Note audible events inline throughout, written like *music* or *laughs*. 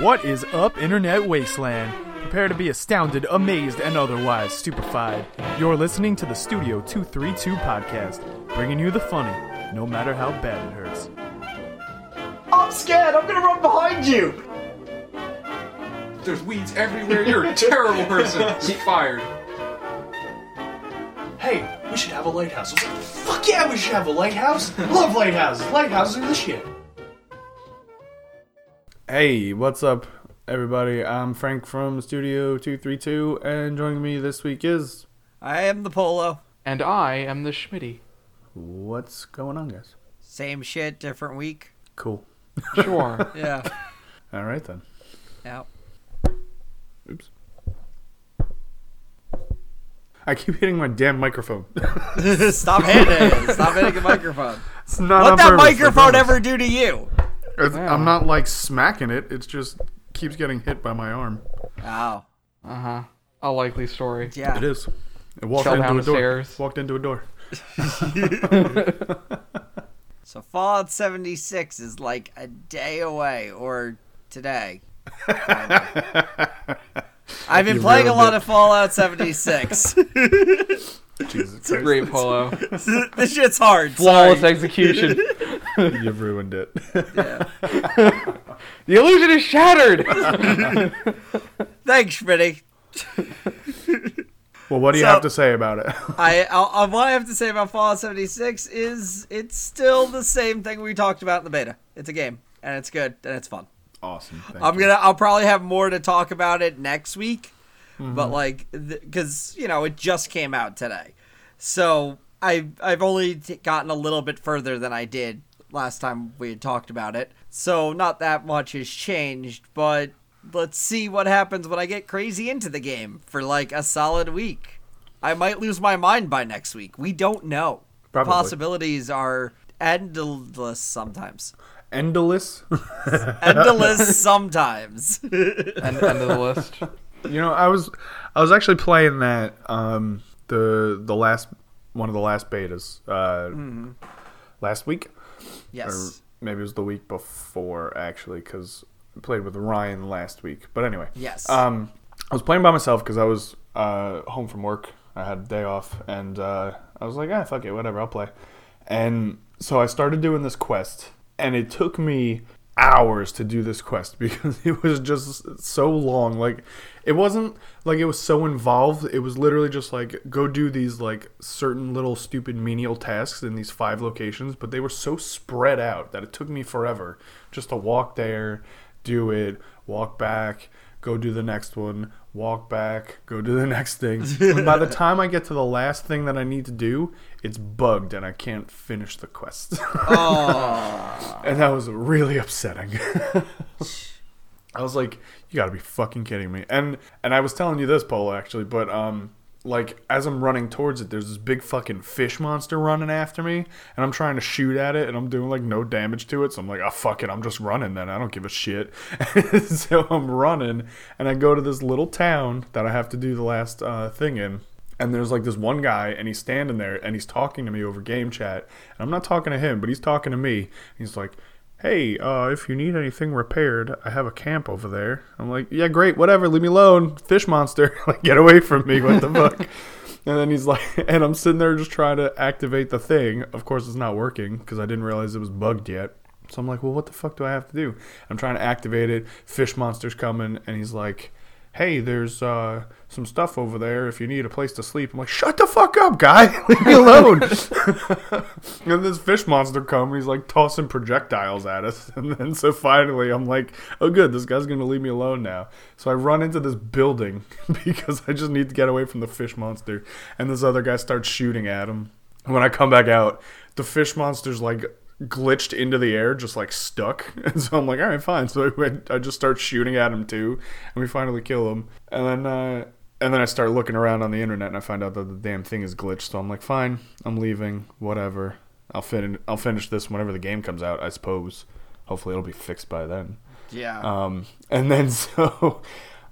What is up, Internet Wasteland? Prepare to be astounded, amazed, and otherwise stupefied. You're listening to the Studio 232 podcast, bringing you the funny, no matter how bad it hurts. I'm scared. I'm gonna run behind you. There's weeds everywhere. You're a terrible person. You're fired. Hey, we should have a lighthouse. I was like, Fuck yeah, we should have a lighthouse. Love lighthouses. Lighthouses are the shit. Hey, what's up, everybody? I'm Frank from Studio 232, and joining me this week is. I am the Polo. And I am the Schmitty. What's going on, guys? Same shit, different week. Cool. Sure. *laughs* Yeah. All right, then. yeah. Oops. I keep hitting my *laughs* damn microphone. *laughs* *laughs* Stop hitting it. Stop hitting the microphone. it's not on What that purpose, I microphone promise. ever do to you? It's- I'm not like smacking it, it's just keeps getting hit by my arm. Oh. Uh huh. A likely story. It Yeah. is. It walked Fell into down a the door. stairs. Walked into a door. So Fallout 76 is like a day away or *laughs* today. I've been You playing a ruined lot it. of *laughs* Fallout 76. Jesus Christ. Great polo. this shit's hard. Flawless sorry. execution. You've ruined *laughs* it. the illusion is shattered. Thanks, Schmitty. well, what do you So- have to say about *laughs* it? I, I, I what I have to say about Fallout 76 is it's still the same thing we talked about in the beta. It's a game and it's good and it's fun. awesome. Thank I'm you. gonna. I'll probably have more to talk about it next week, Mm-hmm. but like, because you know, it just came out today, so I I've only t- gotten a little bit further than I did last time we had talked about it. So not that much has changed, but let's see what happens when I get crazy into the game for like a solid week. I might lose my mind by next week. We don't know. Probably. Possibilities are endless sometimes. Endless. *laughs* Endless sometimes. End, end of the list. You know, I was I was actually playing that um the the last one of the last betas uh last week or Yes. maybe it was the week before actually cuz I played with Ryan last week. But anyway. Yes. Um I was playing by myself cuz I was uh home from work. I had a day off and uh I was like, "Ah, fuck it, whatever, I'll play." And so I started doing this quest and it took me hours to do this quest *laughs* because it was just so long. Like it wasn't like it was so involved. It was literally just like go do these like certain little stupid menial tasks in these five locations, but they were so spread out that it took me forever just to walk there, do it, walk back, go do the next one, walk back, go do the *laughs* next thing. And by the time I get to the last thing that I need to do, it's bugged and I can't finish the quest. *laughs* and that was really upsetting. *laughs* I was like, you gotta be fucking kidding me. And and I was telling you this, Polo, actually, but um like as I'm running towards it, there's this big fucking fish monster running after me, and I'm trying to shoot at it, and I'm doing like no damage to it, so I'm like, oh fuck it, I'm just running then. I don't give a shit. *laughs* so I'm running, and I go to this little town that I have to do the last uh, thing in, and there's like this one guy, and he's standing there, and he's talking to me over game chat, and I'm not talking to him, but he's talking to me. He's like, hey, uh, if you need anything repaired, I have a camp over there. I'm like, yeah, great, whatever, leave me alone, fish monster, *laughs* like get away from me, what the fuck. And then he's like, *laughs* and I'm sitting there just trying to activate the thing. Of course, it's not working because I didn't realize it was bugged yet. So I'm like, well, what the fuck do I have to do? I'm trying to activate it. Fish monster's coming, and he's like, hey, there's uh, some stuff over there if you need a place to sleep. I'm like, shut the fuck up, guy. *laughs* Leave me alone. and this fish monster comes. He's like tossing projectiles at us. *laughs* And then so finally, I'm like, oh, good. This guy's going to leave me alone now. So I run into this building *laughs* because I just need to get away from the fish monster. And this other guy starts shooting at him. And when I come back out, the fish monster's like glitched into the air, just like stuck. *laughs* And so I'm like, all right, fine. So I, went, I just start shooting at him too, and we finally kill him. And then, uh, and then I start looking around on the internet, and I find out that the damn thing is glitched. So I'm like, fine, I'm leaving. Whatever. I'll fin- I'll finish this whenever the game comes out, I suppose. Hopefully, it'll be fixed by then. yeah. Uh, Um, and *laughs* then so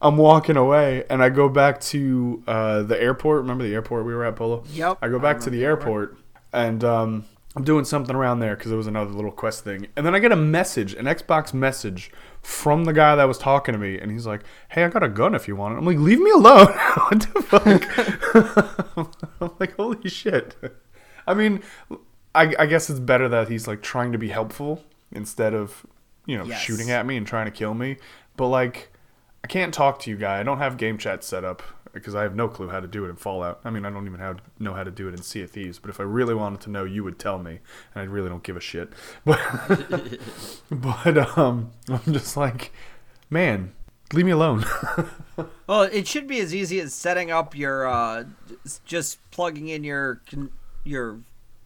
I'm walking away, and I go back to uh, the airport. Remember the airport we were at, Polo? Yep. I go back to the airport, and um, I'm doing something around there because it was another little quest thing. And then I get a message, an Xbox message from the guy that was talking to me, and he's like, "Hey, I got a gun if you want it." I'm like, "Leave me alone! *laughs* what the fuck?" *laughs* I'm like, "Holy shit!" I mean, I, I guess it's better that he's like trying to be helpful instead of you know Yes. shooting at me and trying to kill me. But like, I can't talk to you, guy. I don't have game chat set up because I have no clue how to do it in Fallout. I mean, I don't even how know how to do it in Sea of Thieves. But if I really wanted to know, you would tell me, and I really don't give a shit. *laughs* But but um, I'm just like, man, leave me alone. *laughs* Well, it should be as easy as setting up your uh, s- just plugging in your con- your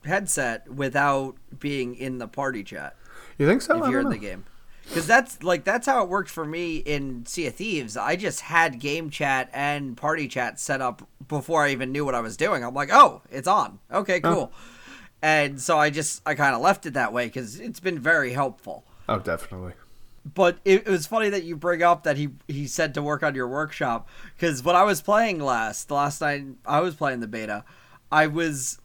headset without being in the party chat you think so? if Oh, I you're in don't the know. game. Because that's like that's how it worked for me in Sea of Thieves. I just had game chat and party chat set up before I even knew what I was doing. I'm like, oh, it's on. Okay, cool. And so I just I kind of left it that way because it's been very helpful Oh, definitely. but it, it was funny that you bring up that he he said to work on your workshop because when I was playing last the last night I was playing the beta, I was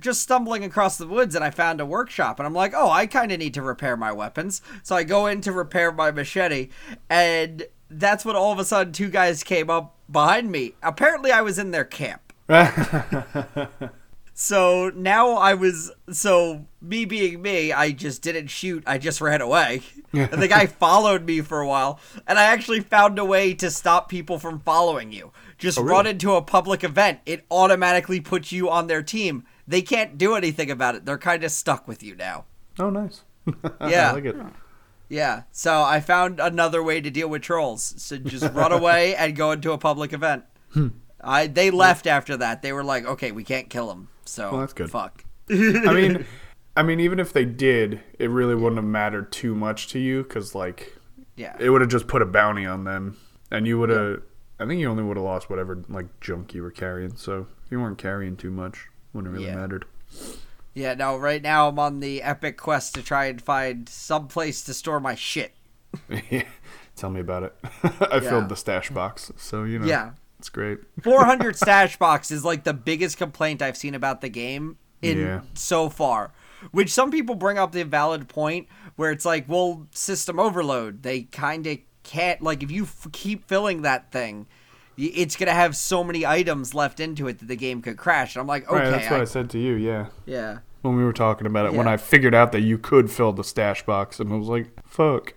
just stumbling across the woods and I found a workshop and I'm like, oh, I kind of need to repair my weapons, so I go in to repair my machete, and that's when all of a sudden two guys came up behind me. Apparently, I was in their camp. So now I was so me being me, I just didn't shoot. I just ran away, and the *laughs* guy followed me for a while. And I actually found a way to stop people from following you. Just Oh, run into a public event; it automatically puts you on their team. They can't do anything about it. They're kind of stuck with you now. Oh, nice. Yeah. I like it. Yeah. So I found another way to deal with trolls. So just *laughs* run away and go into a public event. Hmm. I they left after that. They were like, "Okay, we can't kill them." So Well, that's good. Fuck. I mean, I mean, even if they did, it really wouldn't have mattered too much to you because, like, Yeah. it would have just put a bounty on them, and you would have. I think you only would have lost whatever like junk you were carrying. So if you weren't carrying too much, wouldn't really Yeah. mattered. Yeah, no, right now I'm on the epic quest to try and find some place to store my shit. Tell me about it. *laughs* I Yeah. filled the stash box, so you know. Yeah. it's great. *laughs* 400 stash box is like the biggest complaint I've seen about the game in Yeah. so far. Which some people bring up the valid point where it's like, well, system overload. They kind of can't like if you f- keep filling that thing, y- it's gonna have so many items left into it that the game could crash. And I'm like, okay, right, that's what I- I said to you. Yeah, yeah, when we were talking about it, when Yeah. I figured out that you could fill the stash box, and I was like, "Fuck." *laughs*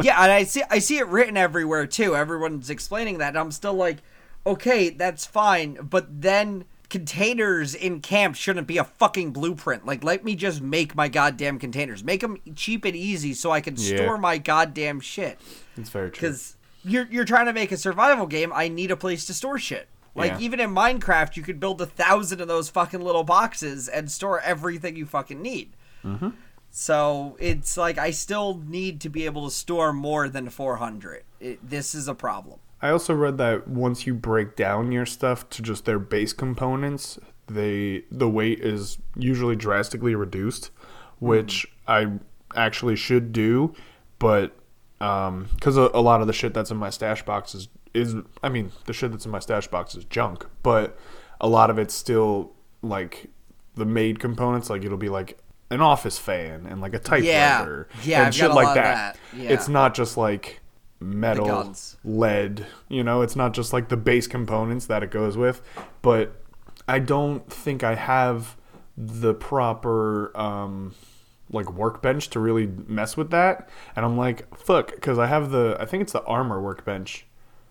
*laughs* yeah, and I see I see it written everywhere too. Everyone's explaining that, and I'm still like, okay, that's fine, but then containers in camp shouldn't be a fucking blueprint. Like, let me just make my goddamn containers. Make them cheap and easy so I can Yeah. store my goddamn shit. it's very true. Because you're you're trying to make a survival game. I need a place to store shit. Like Yeah. even in Minecraft, you could build a thousand of those fucking little boxes and store everything you fucking need. Mm-hmm. So it's like I still need to be able to store more than 400. It, this is a problem. I also read that once you break down your stuff to just their base components, they the weight is usually drastically reduced, Hmm. which I actually should do, but because a, a lot of the shit that's in my stash box is is I mean the shit that's in my stash box is junk, but a lot of it's still like the made components. Like it'll be like an office fan and like a typewriter Yeah, and I've shit got a like lot of that. that. It's Yeah. not just like metal guns. lead. You know, it's not just like the base components that it goes with, but I don't think I have the proper um, like workbench to really mess with that. And I'm like, fuck, because I have the I think it's the armor workbench,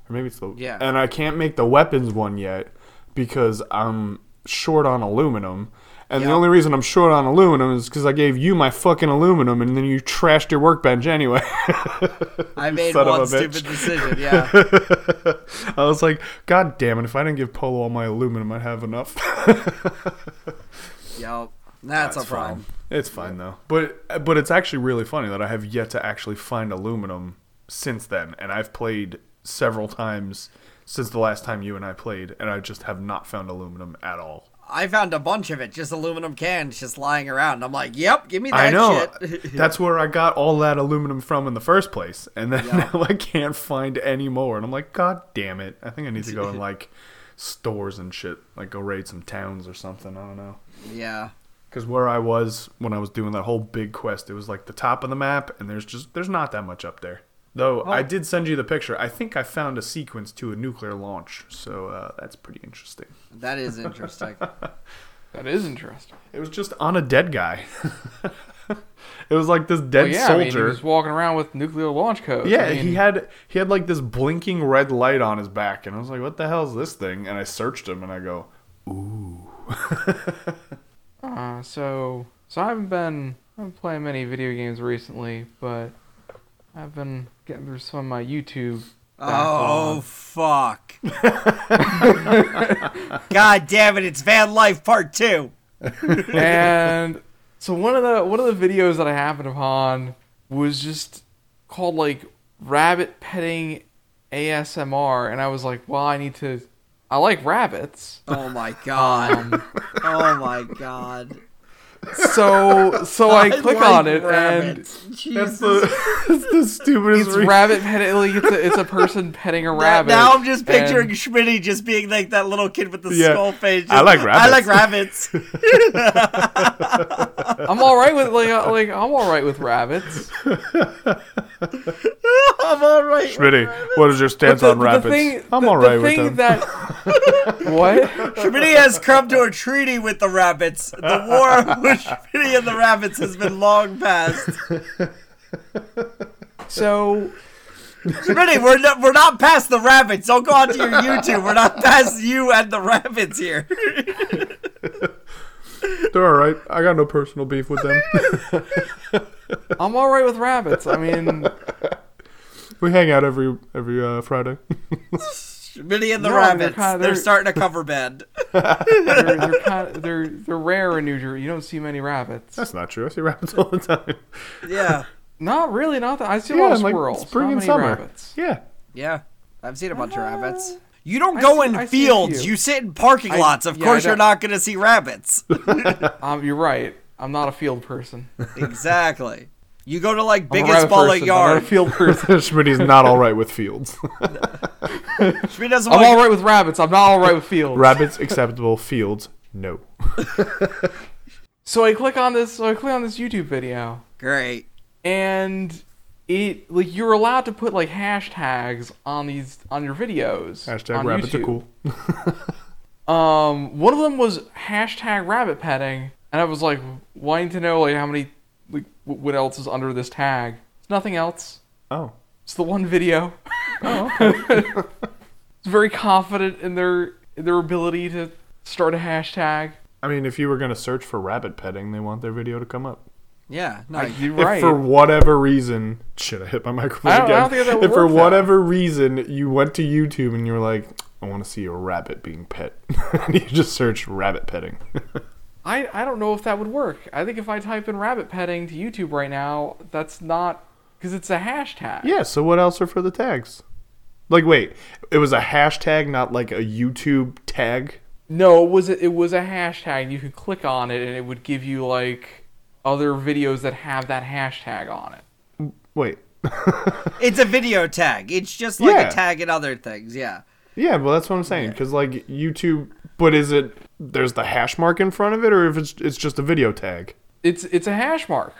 or maybe it's the Yeah. And I can't make the weapons one yet because I'm short on aluminum. And the Yeah. only reason I'm short on aluminum is because I gave you my fucking aluminum, and then you trashed your workbench anyway. *laughs* I made son of one a bitch. stupid decision. *laughs* Yeah. I was like, God damn it! If I didn't give Polo all my aluminum, I'd have enough. *laughs* yep. That's, a problem. It's fine though. But but it's actually really funny that I have yet to actually find aluminum since then, and I've played several times since the last time you and I played, and I just have not found aluminum at all. I found a bunch of it, just aluminum cans, just lying around. I'm like, yep, give me that I know. shit. *laughs* That's where I got all that aluminum from in the first place, and then now *laughs* I can't find any more, and I'm like, God damn it! I think I need to go and like stores and shit, like go raid some towns or something. I don't know. yeah. because where I was when I was doing that whole big quest, it was like the top of the map, and there's just there's not that much up there. Though I did send you the picture. I think I found a sequence to a nuclear launch, so uh, that's pretty interesting. That is interesting. That is interesting. It was just on a dead guy. *laughs* it was like this dead But yeah, I mean, he soldier. was walking around with nuclear launch codes. yeah, I mean, he had he had like this blinking red light on his back, and I was like, "What the hell is this thing?" And I searched him, and I go, *laughs* Uh, so, so I haven't been I haven't playing many video games recently, but I've been getting through some of my YouTube. oh *laughs* fuck! God damn it! It's Van Life Part Two. and so one of the one of the videos that I happened upon was just called like rabbit petting ASMR, and I was like, well, I need to. I like *laughs* rabbits. Oh my god! oh my god! So so I, click like on it and rabbits. Jesus. "That's the, that's the stupidest." it's re- rabbit petting. Like it's a, it's a *laughs* person petting a Now- rabbit. Now I'm just picturing and- Schmitty just being like that little kid with the Yeah. skull face. I like I like *laughs* rabbits. *laughs* I'm all right with like uh, like I'm all right with rabbits. I'm all right. Schmitty, what is your stance the, on the rabbits? thing- I'm the- all right the with thing them. *laughs* that- what? Schmitty has come to a treaty with the rabbits. The *laughs* war with Schmitty and the rabbits has been long past. So Schmitty, we're not, we're not past the rabbits. Don't go onto your YouTube. We're not past you and the rabbits here. They're all right. I got no personal beef with *laughs* them. I'm all right with rabbits. I mean, we hang out every every uh, Friday. Schmitty and the No, they're rabbits. kinda- they're they're- starting a cover band. they're they're, kind of, they're they're rare in New Jersey. You don't see many rabbits. That's not true. I see rabbits all the time. Yeah. Not really. Not that I see a *laughs* Yeah, lot of like squirrels. spring not and many summer. rabbits. *laughs* Yeah. Yeah. I've seen a bunch of rabbits. Uh, You don't I go see- in I see a fields. few. You sit in parking I- lots. Of yeah, I course, you're don't- not going to see *laughs* rabbits. Um, you're right. I'm not a field person. I'm exactly. You go to like a biggest rabbit ball person. at I'm yard. not a field person. *laughs* Schmitty's not all right with fields. *laughs* Schmitty doesn't I'm want all right with rabbits. I'm not all right with fields. rabbits acceptable. Fields no. So I click on this. So I click on this YouTube video, Great. and it like you're allowed to put like hashtags on these on your videos. Hashtag on rabbits YouTube. are cool. Um, one of them was hashtag rabbit petting, and I was like wanting to know like how many like w- what else is under this tag. It's nothing else. Oh. It's the one video. *laughs* it's very confident in their in their ability to start a hashtag. I mean, if you were gonna search for rabbit petting, they want their video to come up. Yeah. No, you- You're If right. for whatever reason, shit, I hit my *laughs* microphone I don't- I again. don't think that would if for work, though. whatever reason you went to YouTube and you were like, I want to see a rabbit being pet, *laughs* and you just search rabbit petting. *laughs* I I don't know if that would work. I think if I type in rabbit petting to YouTube right now, that's not because it's a hashtag. yeah. So what else are for the tags? Like, wait, it was a hashtag, not like a YouTube tag. No, it was a, it was a hashtag. You could click on it and it would give you like other videos that have that hashtag on it. Wait. *laughs* it's a video tag. It's just like Yeah. a tag in other things. Yeah. Yeah, well, that's what I'm saying. Because like YouTube, but is it there's the hash mark in front of it, or if it's it's just a video tag? It's it's a hash mark.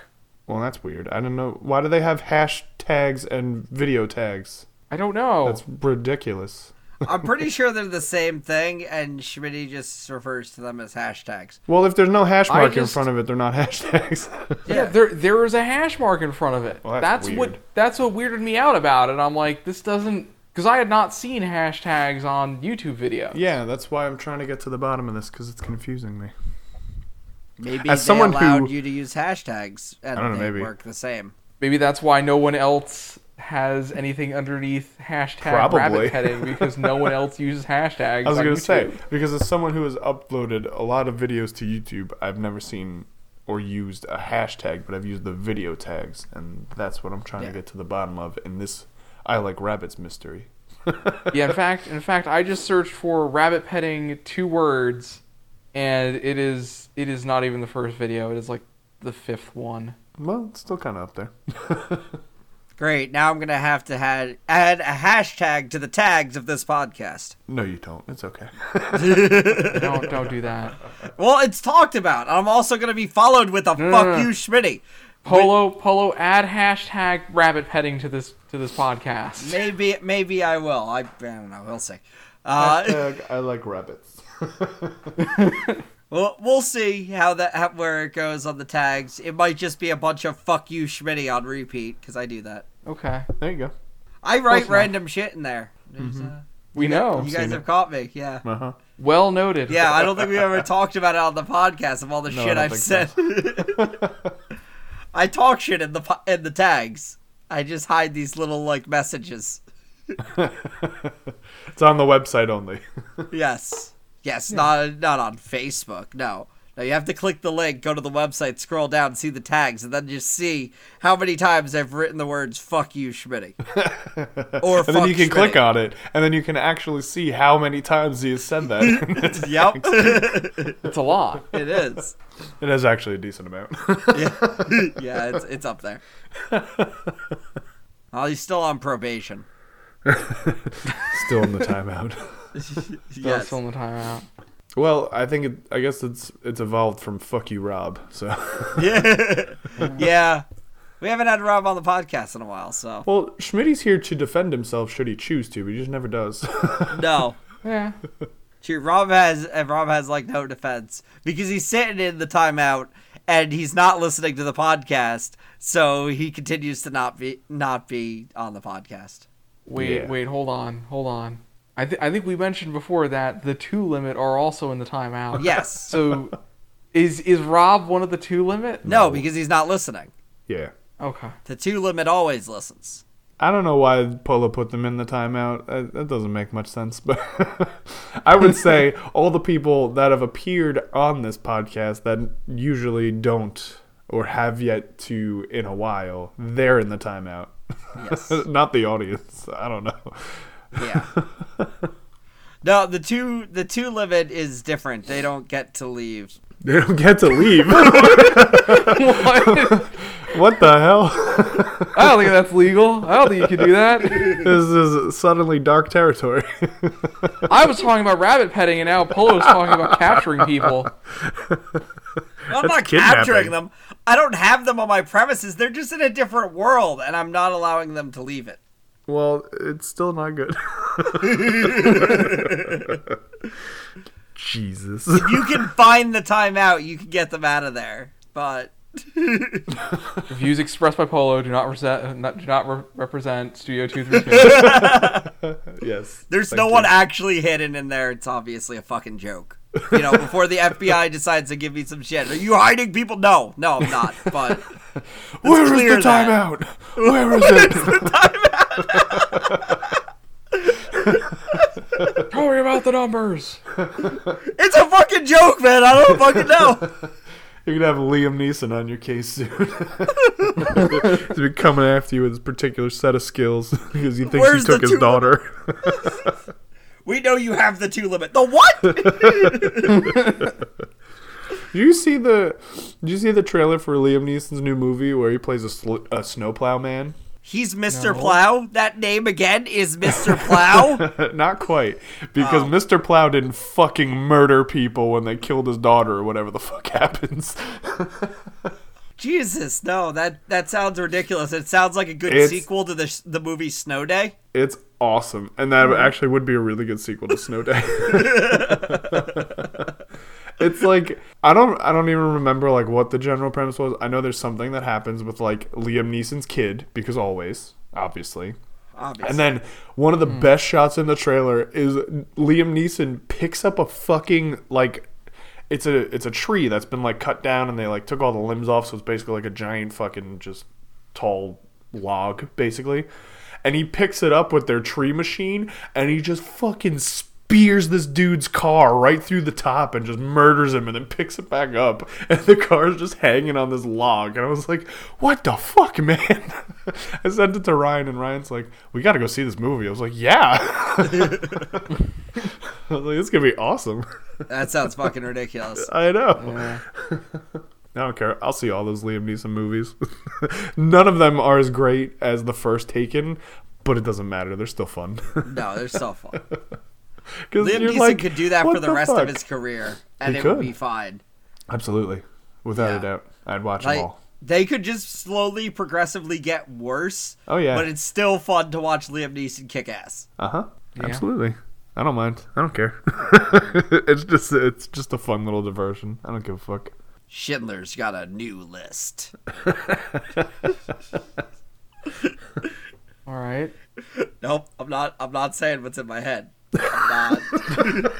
Well, that's weird. I don't know why do they have hashtags and video tags. I don't know. That's ridiculous. I'm pretty *laughs* sure they're the same thing, and Schmitty just refers to them as hashtags. Well, if there's no hash I mark in just- front of it, they're not *laughs* hashtags. *laughs* Yeah, Yeah. there there is a hash mark in front of it. Well, that's that's what weird. that's what weirded me out about it. I'm like, this doesn't because I had not seen hashtags on YouTube video. yeah, that's why I'm trying to get to the bottom of this because it's confusing me. Maybe As they someone who- allowed you to use hashtags, and I don't know, they maybe. work the same. Maybe that's why no one else has anything underneath hashtag Probably. rabbit petting because no one else *laughs* uses hashtags. I was on gonna YouTube. say because as someone who has uploaded a lot of videos to YouTube, I've never seen or used a hashtag, but I've used the video tags, and that's what I'm trying Yeah. to get to the bottom of in this I like rabbits *laughs* mystery. yeah, in fact, in fact, I just searched for rabbit petting two words, and it is it is not even the first video. It is like the fifth one. Well, it's still kind of up there. *laughs* Great. Now I'm gonna have to had, add a hashtag to the tags of this podcast. No, you don't. It's okay. Don't don't do that. *laughs* Well, it's talked about. I'm also gonna be followed with a no, "fuck no. you, Schmitty." Polo Polo add hashtag rabbit petting to this to this podcast. Maybe maybe I will. I, I don't know. We'll see. Uh, *laughs* *laughs* Hashtag I like rabbits. We'll, we'll see how that how, where it goes on the tags. It might just be a bunch of "fuck you, Schmitty" on repeat because I do that. Okay. *laughs* There you go. I write not. random shit in there. There's, uh, We you know. guys Mm-hmm. seen have caught me. Yeah, Uh huh. Well noted. yeah. I don't think we *laughs* ever talked about it on the podcast of all the No, I shit don't I've said. think *laughs* I talk shit in the po- in the tags. I just hide these little like messages. It's on the website only. *laughs* Yes. Yes, not not on Facebook. No. No, you have to click the link, go to the website, scroll down, see the tags, and then just see how many times I've written the words "fuck you, *laughs* Schmitty," or "fuck and then you can Schmitty." click on it, and then you can actually see how many times he has said *laughs* that. Yep, It's a lot. *laughs* it is. it is actually a decent amount. Yeah, it's it's up there. Oh, he's still on probation. Still *laughs* in the timeout. Yes. Yes. Still in the timeout. Well, I think it, I guess it's it's evolved from "fuck you, Rob." So, *laughs* Yeah. We haven't had Rob on the podcast in a while, so well, Schmidt's here to defend himself should he choose to, but he just never does. *laughs* no. Yeah. Gee, Rob has and Rob has like no defense because he's sitting in the timeout and he's not listening to the podcast, so he continues to not be not be on the podcast. Wait, Yeah. wait, hold on, hold on. I th- I think we mentioned before that the two limit are also in the timeout. *laughs* Yes. So is is Rob one of the two limit? no, because he's not listening. yeah, Okay. The two limit always listens. I don't know why Polo put them in the timeout. That, that doesn't make much sense, but *laughs* I would say all the people that have appeared on this podcast that usually don't or have yet to in a while, they're in the timeout. *laughs* Yes. Not the audience. I don't know. *laughs* Yeah. *laughs* No, the two the two limit is different. They don't get to leave. They don't get to leave. *laughs* What? what the hell? I don't think that's legal. I don't think you can do that. this is suddenly dark territory. *laughs* I was talking about rabbit petting, and now Polo's talking about capturing people. I'm not kidnapping. capturing them. I don't have them on my premises. They're just in a different world, and I'm not allowing them to leave it. well, it's still not good. Jesus. you can find the timeout, you can get them out of there. But Views expressed by Polo do not, rese- not do not re- represent Studio Two Three Two. Yes. there's no one actually hidden in there. It's obviously a fucking joke. You know, before the FBI decides to give me some shit. Are you hiding people? No, no, I'm not. But Where is clear the that. timeout? Where is it? *laughs* Don't worry about the numbers. it's a fucking joke, man. I don't fucking know. You're gonna have Liam Neeson on your case soon. *laughs* He's been coming after you with his particular set of skills *laughs* because he thinks Where's he took the his two- daughter. *laughs* We know you have the two limit. The what? Did you see the? Did you see the trailer for Liam Neeson's new movie where he plays a, sl- a snowplow man? He's Mr. Plow. That name again is Mr. *laughs* Plow. Not quite, because Mr. Plow didn't fucking murder people when they killed his daughter or whatever the fuck *laughs* happens. Jesus, no. That that sounds ridiculous. It sounds like a good It's- sequel to the the movie Snow Day. It's awesome, and that actually would be a really good sequel to Snow Day. it's like I don't I don't even remember like what the general premise was. I know there's something that happens with like Liam Neeson's kid because always, obviously. Obviously. And then one of the best shots in the trailer is Liam Neeson picks up a fucking like it's a it's a tree that's been like cut down and they like took all the limbs off so it's basically like a giant fucking just tall log basically. And he picks it up with their tree machine and he just fucking spears this dude's car right through the top and just murders him and then picks it back up *laughs* and the car is just hanging on this log and i was like what the fuck *laughs* man i sent it to ryan and ryan's like we gotta go see this movie i was like yeah *laughs* i was like this is gonna be awesome *laughs* That sounds fucking ridiculous. i know *laughs* i don't care i'll see all those liam neeson movies *laughs* none of them are as great as the first taken but it doesn't matter they're still fun No, they're so fun. *laughs* 'Cause Liam you're Neeson like, could do that for "What the, rest fuck?" of his career, and He it would could. be fine. Absolutely, without Yeah. a doubt, I'd watch Like- them all. they could just slowly, progressively get worse. Oh, yeah. But it's still fun to watch Liam Neeson kick ass. Uh huh. Absolutely. I don't mind. I don't care. *laughs* it's just it's just a fun little diversion. I don't give a fuck. Schindler's got a new list. All right. Nope, I'm not. I'm not saying what's in my head. I'm not.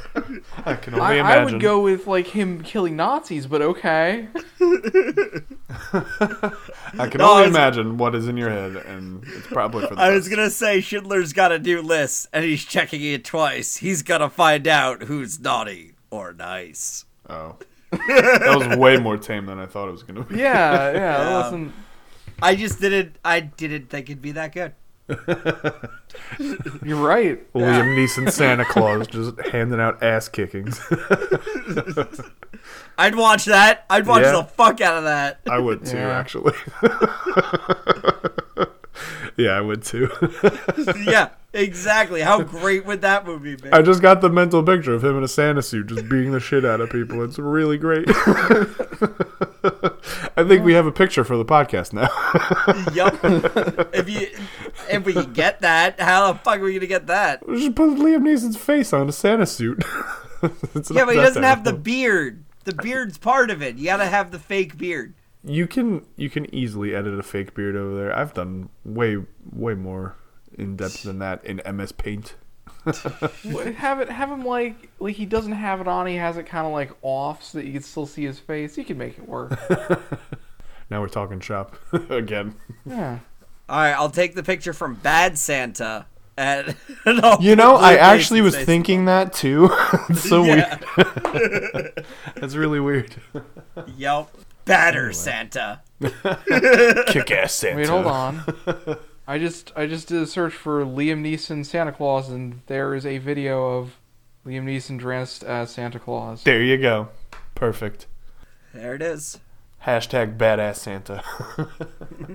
I can I, only I would go with like him killing Nazis, but okay. I can No, I only was- imagine what is in your head, and it's *laughs* probably for the I was best. gonna say Schindler's got a new list, and he's checking it twice. He's gonna find out who's naughty or nice. *laughs* Oh, that was way more tame than I thought it was gonna be. Yeah, yeah. that wasn't- I just didn't. I didn't think it'd be that good. you're right. *laughs* Liam Neeson Santa Claus just handing out ass *laughs* kickings. *laughs* I'd watch that. I'd watch Yeah. the fuck out of that. *laughs* I would too, Yeah. actually. *laughs* yeah, I would too. *laughs* yeah, exactly. How great would that movie be? I just got the mental picture of him in a Santa suit just beating the shit out of people. It's really great. *laughs* I think we have a picture for the podcast now. *laughs* yup. If you, if we can get that, how the fuck are we gonna get that? just put Liam Neeson's face on a Santa suit. *laughs* It's Yeah, not but he that doesn't have the terrible. beard. The beard's part of it. You gotta have the fake beard. You can you can easily edit a fake beard over there. I've done way way more in depth than that in MS Paint. Wh- Have it have him like like he doesn't have it on. He has it kind of like off so that you can still see his face. You can make it work. *laughs* Now we're talking shop *laughs* again. Yeah. All right, I'll take the picture from Bad Santa. *laughs* And, and I'll You know, put Liam I actually Neeson's was face. thinking that too. *laughs* it's so *laughs* Yeah. weird. *laughs* That's really weird. *laughs* Yup. Batter Santa. Kick ass Santa. Wait, hold on. *laughs* I just I just did a search for Liam Neeson Santa Claus, and there is a video of Liam Neeson dressed as Santa Claus. There you go. Perfect. There it is. Hashtag badass Santa. *laughs*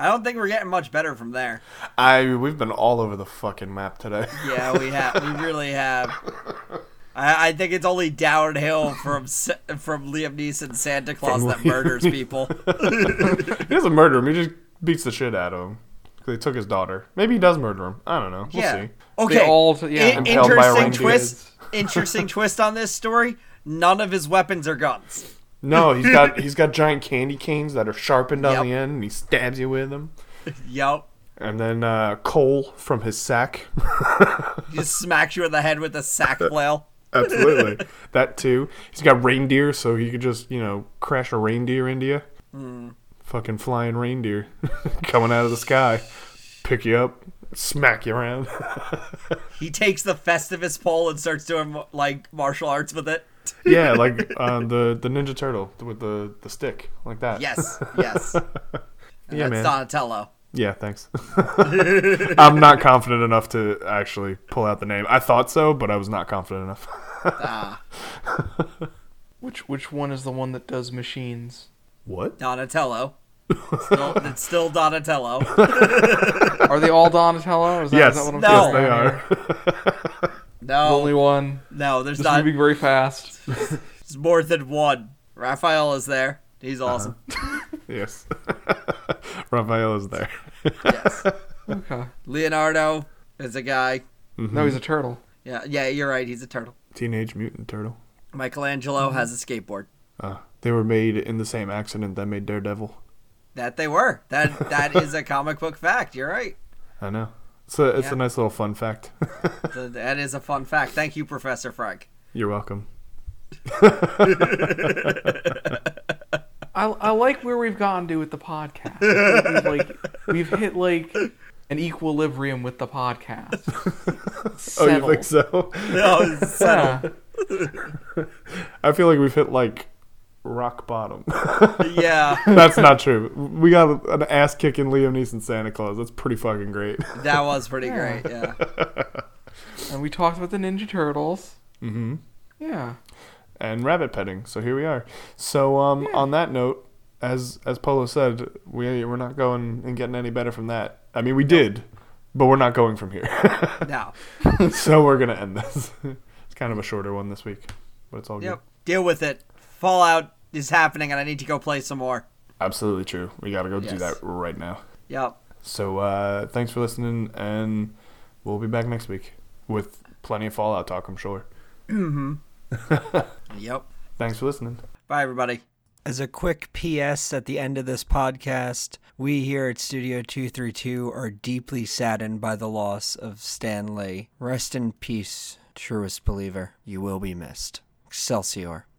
I don't think we're getting much better from there. I we've been all over the fucking map today. Yeah, we have. We really have. I, I think it's only downhill from S- from Liam Neeson Santa Claus that murders *laughs* people. *laughs* he doesn't murder him. He just beats the shit out of him. 'Cause he took his daughter. Maybe he does murder him. I don't know. We'll yeah. see. Okay. They all yeah. In- Impelled by a interesting reindeer. twist. Interesting twist on this story. None of his weapons are guns. No, *laughs* he's got he's got giant candy canes that are sharpened on Yep. the end, and he stabs you with them. Yup. And then uh, coal from his sack. He just smacks you in the head with a *laughs* sack flail. Absolutely, that too. He's got reindeer, so he could just you know crash a reindeer into you. Fucking flying reindeer *laughs* coming out of the sky, pick you up, smack you around. *laughs* He takes the Festivus pole and starts doing like martial arts with it. yeah, like uh, the the Ninja Turtle with the the stick like that. Yes, yes. And Yeah, that's man. Donatello. Yeah, thanks. I'm not confident enough to actually pull out the name. I thought so, but I was not confident enough. Which which one is the one that does machines? *laughs* What? Donatello. Still, it's still Donatello. Are they all Donatello? Is that, Yes, is that what I'm No. yes, thinking they about are. *laughs* here? Only No, one. no, there's This not. moving very *laughs* fast. There's more than one. Raphael is there. He's awesome. yes, *laughs* Raphael is there. Yes. Okay. Leonardo is a guy. Mm-hmm. No, he's a turtle. Yeah, yeah, you're right. He's a turtle. Teenage Mutant Turtle. Michelangelo has a skateboard. Uh, they were made in the same accident that made Daredevil. That they were. That that is a comic book fact. You're right. I know. So it's Yeah. a nice little fun fact. Th- That is a fun fact. Thank you, Professor Frank. *laughs* *laughs* You're welcome. Oh, I, I like where we've gotten to with the podcast. *laughs* We've, like we've hit like an equilibrium with the podcast. *laughs* Oh, you think so? No, so- Yeah. *laughs* I feel like we've hit like rock bottom. *laughs* yeah. That's not true. We got an ass kicking Liam Neeson Santa Claus. That's pretty fucking great. That was pretty great. Yeah. And we talked about the Ninja Turtles. Mm-hmm. Yeah. and rabbit petting. So here we are. So um, on that note, as as Polo said, we we're not going and getting any better from that. I mean, we did, but we're not going from here. *laughs* No. so we're gonna end this. *laughs* it's kind of a shorter one this week, but it's all Yep. Deal with it. Fallout is happening, and I need to go play some more. Absolutely true. We got to go do Yes. that right now. Yep. So uh, thanks for listening, and we'll be back next week with plenty of Fallout talk, I'm sure. Yep. Thanks for listening. Bye, everybody. As a quick PS at the end of this podcast, we here at Studio 232 are deeply saddened by the loss of Stan Lee. Rest in peace, truest believer. You will be missed. Excelsior.